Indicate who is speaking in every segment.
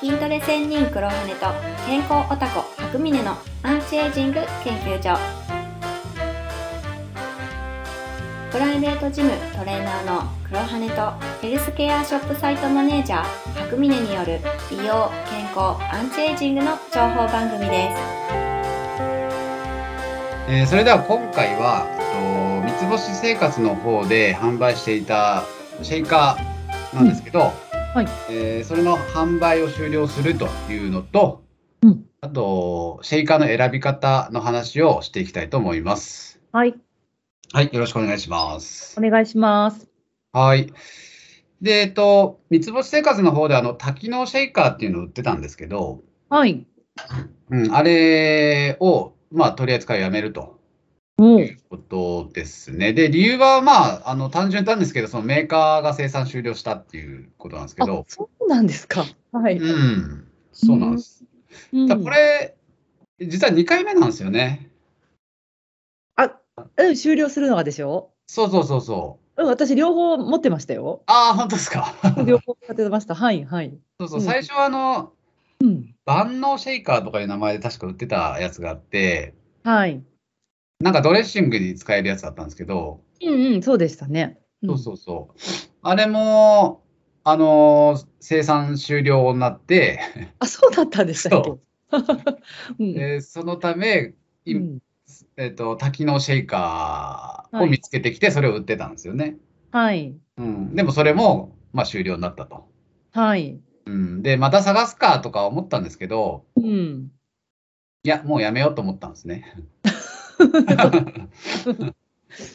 Speaker 1: 筋トレ専任黒羽と健康オタコ白峰のアンチエイジング研究所プライベートジムトレーナーの黒羽とヘルスケアショップサイトマネージャー白峰による美容健康アンチエイジングの情報番組です
Speaker 2: えーそれでは今回は、えっと、三つ星生活の方で販売していたシェイカーなんですけど、
Speaker 3: はい
Speaker 2: えーそれの販売を終了するというのと、
Speaker 3: うん
Speaker 2: あとシェイカーの選び方の話をしていきたいと思います。
Speaker 3: はい、
Speaker 2: はい、よろしくお願いします
Speaker 3: お。願いします。
Speaker 2: はい。で、えっと、三つ星生活の方であの多機能シェイカーっていうのを売ってたんですけど、
Speaker 3: はい。
Speaker 2: うん、あれを、まあ、取り扱いをやめると。
Speaker 3: おう
Speaker 2: ことですね。で、理由は、まあ、あの単純なんですけど、そのメーカーが生産終了したっていうことなんですけ
Speaker 3: あ
Speaker 2: ど、
Speaker 3: そうなんですか。はい。
Speaker 2: うん、そうなんです。
Speaker 3: うん
Speaker 2: ただこれ、実は2回目なんですよね。
Speaker 3: あ、うん、終了するのがでしょ
Speaker 2: そうそうそうそう。。
Speaker 3: うん、私、両方持ってましたよ
Speaker 2: ああ、本当です か。
Speaker 3: 両方買ってました。はい、はい。
Speaker 2: そうそう、
Speaker 3: うん
Speaker 2: 最初はあの、
Speaker 3: うん。
Speaker 2: 万能シェイカーとかいう名前で確か売ってたやつがあって、
Speaker 3: はい。
Speaker 2: なんかドレッシングに使えるやつだったんですけど、
Speaker 3: うんうん、そうでしたね。
Speaker 2: そうそうそう。あれも、あの生産終了になって、
Speaker 3: うん。あ、そうだったんでしたっけ
Speaker 2: そ。
Speaker 3: うん
Speaker 2: でそのため、
Speaker 3: う
Speaker 2: 今
Speaker 3: ん。
Speaker 2: えっと多機能シェイカーを
Speaker 3: はい
Speaker 2: 見つけてきて、それを売ってたんですよね。
Speaker 3: はい。
Speaker 2: うん、でもそれも、まあ、終了になったと。
Speaker 3: はい。
Speaker 2: うん、で、また探すかとか思ったんですけど、
Speaker 3: うん。
Speaker 2: いや、もうやめようと思ったんですね。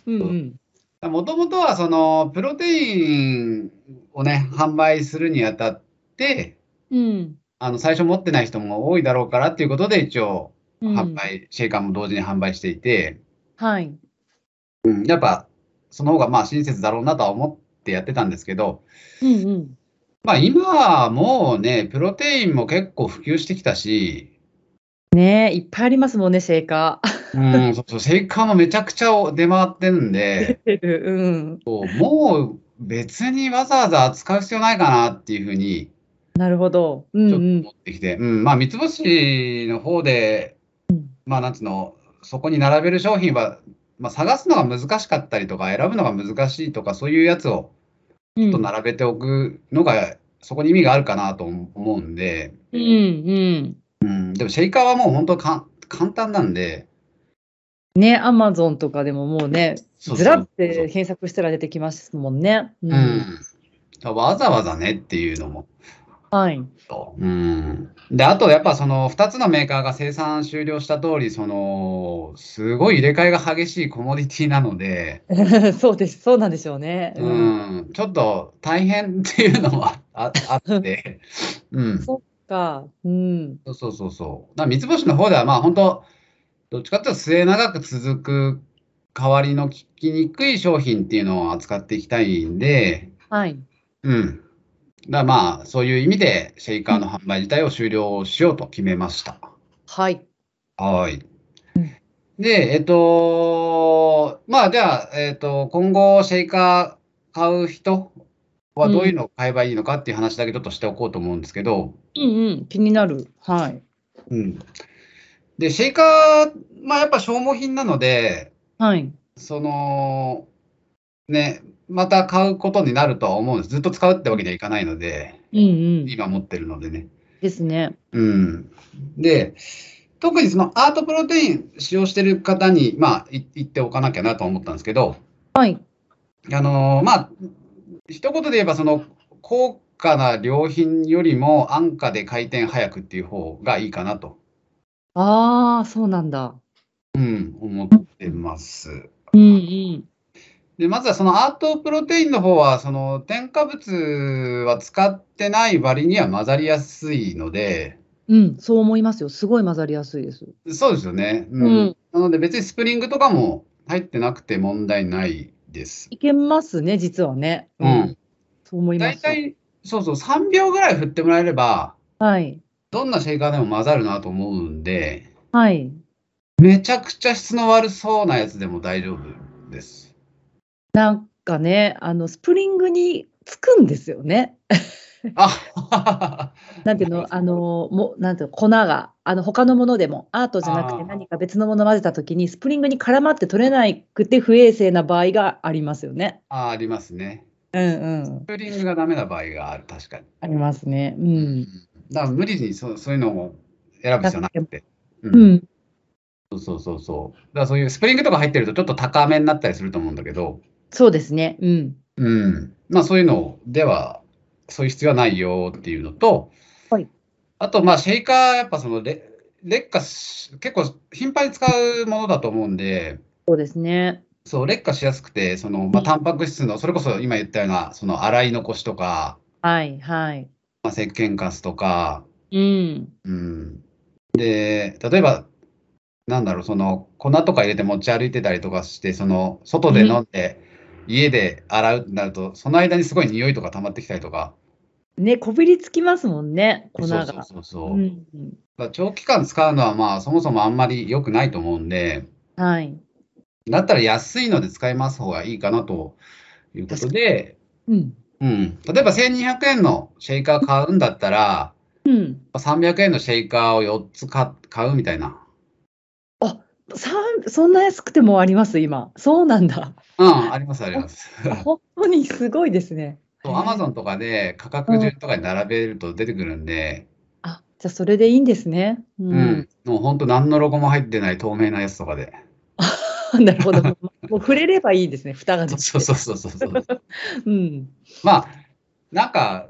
Speaker 3: うんうん。
Speaker 2: もともとはそのプロテインをね、販売するにあたって、
Speaker 3: うん。
Speaker 2: あの最初持ってない人も多いだろうからっていうことで、一応、
Speaker 3: うん
Speaker 2: 販。売、シェイカーも同時に販売していて、
Speaker 3: はい。
Speaker 2: うん、やっぱその方がまあ親切だろうなとは思ってやってたんですけど、
Speaker 3: うんうん。
Speaker 2: まあ今はもうね、プロテインも結構普及してきたし、
Speaker 3: ねえ、いっぱいありますもんね、シェイカー。
Speaker 2: うん、そうそう、シェイカーもめちゃくちゃ出回ってるん で、
Speaker 3: うん。
Speaker 2: そうもう別にわざわざ扱う必要ないかなっていうふうに
Speaker 3: なるほど。う
Speaker 2: ち
Speaker 3: ん
Speaker 2: ょっ
Speaker 3: う
Speaker 2: と
Speaker 3: ん
Speaker 2: 思。ってきて、うん、まあ三つ星の方で、まあなんつうの、そこに並べる商品は、まあ探すのが難しかったりとか、選ぶのが難しいとか、そういうやつを
Speaker 3: う
Speaker 2: ちょ
Speaker 3: ん
Speaker 2: っと並べておくのが、そこに意味があるかなと思うんで、
Speaker 3: うんうん。
Speaker 2: うんでもシェイカーはもう本当かん簡単なんで、
Speaker 3: ね、アマゾンとかでももうね、
Speaker 2: そうそう
Speaker 3: ずらって検索したら出てきますもんね。う。
Speaker 2: うんん、わざわざねっていうのも。
Speaker 3: はい。
Speaker 2: うん、であとやっぱその2つのメーカーが生産終了した通りそのすごい入れ替えが激しいコモディティなので、
Speaker 3: そうです。そうなんでしょうね。
Speaker 2: う。ん、ちょっと大変っていうのもあああって、 うん、
Speaker 3: そっか。うん。
Speaker 2: そうそうそうそう。だから三つ星の方ではまあ本当どっちかっていうと末永く続く代わりの効きにくい商品っていうのを扱っていきたいんで、
Speaker 3: はい。
Speaker 2: うん。だからまあ、そういう意味で、シェイカーの販売自体を終了しようと決めました。
Speaker 3: はい。
Speaker 2: はい。で、えっと、まあ、じゃあ、えっと、今後、シェイカー買う人はどういうのを買えばいいのかっていう話だけちょっとしておこうと思うんですけど、
Speaker 3: うんうん。気になる。はい。
Speaker 2: うん。で、シェイカー、まあ、やっぱ消耗品なので、
Speaker 3: はい。
Speaker 2: その、ね、また買うことになるとは思うんです。ずっと使うってわけにはいかないので、
Speaker 3: うんうん。
Speaker 2: 今持ってるのでね。
Speaker 3: ですね。
Speaker 2: うん、で特にそのアートプロテイン使用してる方に、まあ、い言っておかなきゃなと思ったんですけど、
Speaker 3: はい。
Speaker 2: あのーまあ一言で言えばその高価な良品よりも安価で回転早くっていう方がいいかなと、
Speaker 3: ああ、そうなんだ。
Speaker 2: うん、思ってます。
Speaker 3: うんうん。
Speaker 2: でまずはそのアートプロテインの方はその添加物は使ってない割には混ざりやすいので
Speaker 3: うん。そう思いますよ。すごい混ざりやすいです。
Speaker 2: そうですよね、う
Speaker 3: うんん。
Speaker 2: なので別にスプリングとかも入ってなくて問題ないです。
Speaker 3: いけますね、実はね。
Speaker 2: うん。
Speaker 3: そう思いま
Speaker 2: 大
Speaker 3: す。
Speaker 2: 体、そうそう、3秒ぐらい振ってもらえれば、
Speaker 3: はい。
Speaker 2: どんなシェイカーでも混ざるなと思うんで、
Speaker 3: はい。
Speaker 2: めちゃくちゃ質の悪そうなやつでも大丈夫です。
Speaker 3: なんかね、あのスプリングにつくんですよね。
Speaker 2: あ
Speaker 3: なんていうの、あの、もう、なんていうの、粉が、あの、他のものでも、アートじゃなく
Speaker 2: あ
Speaker 3: て
Speaker 2: ー
Speaker 3: 何か別のもの混ぜたときに、スプリングに絡まって取れなくて不衛生な場合がありますよね。
Speaker 2: あありますね。
Speaker 3: うんうん
Speaker 2: ス。プリングがダメな場合がある、確かに。
Speaker 3: ありますね。うん。
Speaker 2: だから無理にそうそういうのを選ぶ必要なくて。う、
Speaker 3: うんん。
Speaker 2: そうそうそう。だからそういうスプリングとか入ってるとちょっと高めになったりすると思うんだけど、
Speaker 3: そうですね。うん。
Speaker 2: うん。まあそういうのでは、そういう必要はないよっていうのと、
Speaker 3: はい
Speaker 2: あと、まあシェイカー、やっぱそのレ、劣化し、結構頻繁に使うものだと思うんで、
Speaker 3: そうですね。
Speaker 2: そう、劣化しやすくて、その、まあ、タンパク質の、それこそ今言ったような、その、洗い残しとか、
Speaker 3: はいはい。
Speaker 2: まあ、石鹸カスとか、
Speaker 3: うん。
Speaker 2: うん。で、例えば、なんだろう、その、粉とか入れて持ち歩いてたりとかして、その、外で飲んで、家で洗うってなると、その間にすごい匂いとか溜まってきたりとか、
Speaker 3: ね、こびりつきますもんね、粉が。
Speaker 2: そうそうそうそう。
Speaker 3: う
Speaker 2: だ
Speaker 3: んうん
Speaker 2: から長期間使うのは、まあ、そもそもあんまり良くないと思うんで、
Speaker 3: はい。
Speaker 2: だったら安いので使います方がいいかなということで、
Speaker 3: うん。
Speaker 2: うん、例えば1200円のシェイカー買うんだったら、
Speaker 3: うん。
Speaker 2: 300円のシェイカーを4つ買買うみたいな。
Speaker 3: さんそんな安くてもあります、今。そうなんだ。
Speaker 2: うん、ありますあります。
Speaker 3: あ本当にすごいですね。
Speaker 2: そう、アマゾンとかで価格順とかに並べると出てくるんで、
Speaker 3: あ、じゃあそれでいいんですね。う。、
Speaker 2: うんもう本当何のロゴも入ってない透明なやつとかで。
Speaker 3: なるほど。もう触れればいいですね、蓋ができて。
Speaker 2: そうそうそうそうそう。
Speaker 3: うん。
Speaker 2: まあ、なんか、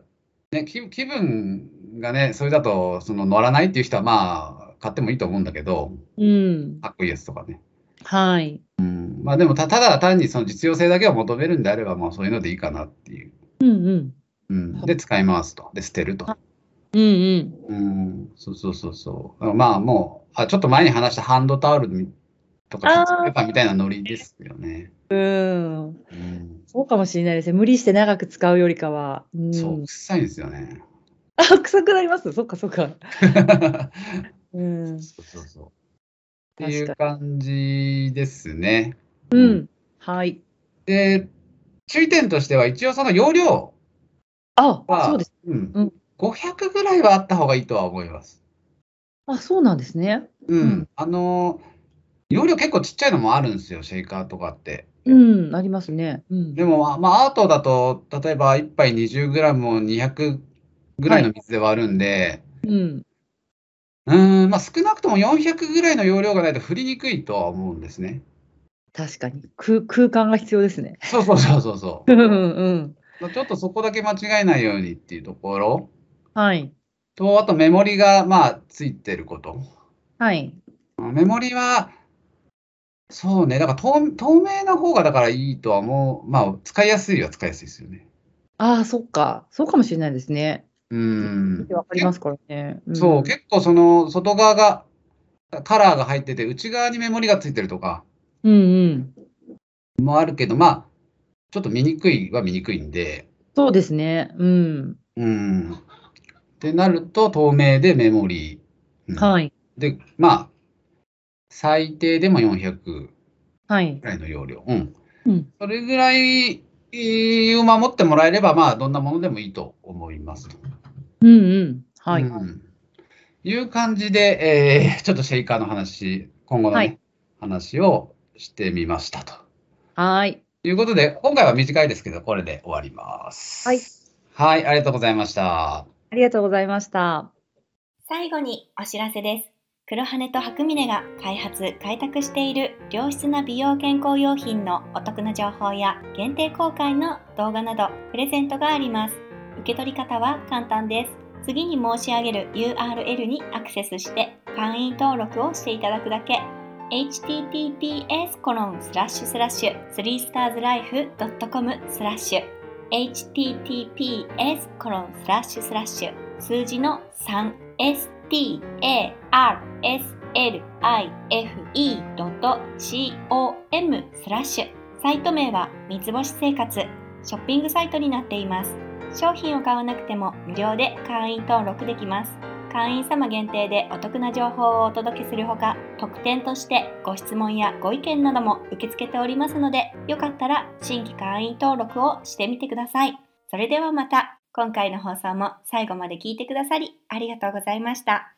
Speaker 2: ね、気気分がね、それだとその乗らないっていう人はまあ、買ってもいいと思うんだけど、
Speaker 3: うん。
Speaker 2: かっこいいやつとかね。
Speaker 3: はい。
Speaker 2: うんまあでもた、ただ単にその実用性だけを求めるんであれば、まあそういうのでいいかなっていう。
Speaker 3: うんうん。
Speaker 2: うん、で、使い回すと。で、捨てると。
Speaker 3: うんうん。
Speaker 2: うん、そうそうそうそう。まあもう、あ、ちょっと前に話したハンドタオルみとか、キ
Speaker 3: あー
Speaker 2: ッチンペーパーみたいなノリですよね。
Speaker 3: うん。
Speaker 2: うん、
Speaker 3: そうかもしれないですね。無理して長く使うよりかは。うん、
Speaker 2: そう、臭いですよね。
Speaker 3: あ、臭くなります。そっかそっか。う ん。
Speaker 2: そうそうそう。っていう感じですね。
Speaker 3: うん。はい。
Speaker 2: で、注意点としては、一応その容量
Speaker 3: あ、
Speaker 2: は、
Speaker 3: そうです。
Speaker 2: うん
Speaker 3: うん
Speaker 2: 500ぐらいはあった方がいいとは思います。
Speaker 3: あ、そうなんですね。
Speaker 2: う
Speaker 3: うんん、
Speaker 2: あの容量結構ちっちゃいのもあるんですよ、シェイカーとかって。
Speaker 3: うん、ありますね。うん
Speaker 2: で。も、まあまあ、アートだと、例えば1杯 20g を200ぐらいの水で割るんで、
Speaker 3: うん。
Speaker 2: うーん、まあ、少なくとも400ぐらいの容量がないと振りにくいとは思うんですね。
Speaker 3: 確かに。空空間が必要ですね。
Speaker 2: そうそうそうそうそ
Speaker 3: うんうん。
Speaker 2: う。ちょっとそこだけ間違えないようにっていうところ
Speaker 3: はい。
Speaker 2: と、あとメモリが、まあ、ついてること。
Speaker 3: はい。
Speaker 2: メモリは、そうね、だから透透明な方がだからいいとは思う。まあ、使いやすいは使いやすいですよね。
Speaker 3: ああ、そっか。そうかもしれないですね。
Speaker 2: うん。
Speaker 3: わかりますからね。ん
Speaker 2: そう、結構その外側がカラーが入ってて、内側にメモリがついてるとか
Speaker 3: うんうん。
Speaker 2: もあるけど、まあ、ちょっと見にくいは見にくいんで、
Speaker 3: そうですね。うん。
Speaker 2: うん。ってなると、透明でメモリー。うん
Speaker 3: はい。
Speaker 2: で、まあ、最低でも400ぐ
Speaker 3: はい。
Speaker 2: らいの容量。うん。
Speaker 3: うん。
Speaker 2: それぐらいを守ってもらえれば、まあ、どんなものでもいいと思います。
Speaker 3: うんうん。はい。
Speaker 2: うんいう感じで、えーちょっとシェイカーの話、今後の、ね
Speaker 3: はい
Speaker 2: 話をしてみましたと。
Speaker 3: はい。
Speaker 2: いうことで、今回は短いですけど、これで終わります。
Speaker 3: はい。
Speaker 2: はい、ありがとうございました。
Speaker 3: ありがとうございました。
Speaker 1: 最後にお知らせです。黒羽と白峰が開発・開拓している良質な美容健康用品のお得な情報や限定公開の動画などプレゼントがあります。受け取り方は簡単です。次に申し上げる URL にアクセスして会員登録をしていただくだけ。https コロンスラッシュスラッシュ 3starslife.com スラッシュ https コロンスラッシュスラッシュ数字の 3starslife.com スラッシュサイト名は三つ星生活ショッピングサイトになっています商品を買わなくても無料で会員登録できます会員様限定でお得な情報をお届けするほか特典としてご質問やご意見なども受け付けておりますのでよかったら新規会員登録をしてみてくださいそれではまた今回の放送も最後まで聞いてくださりありがとうございました。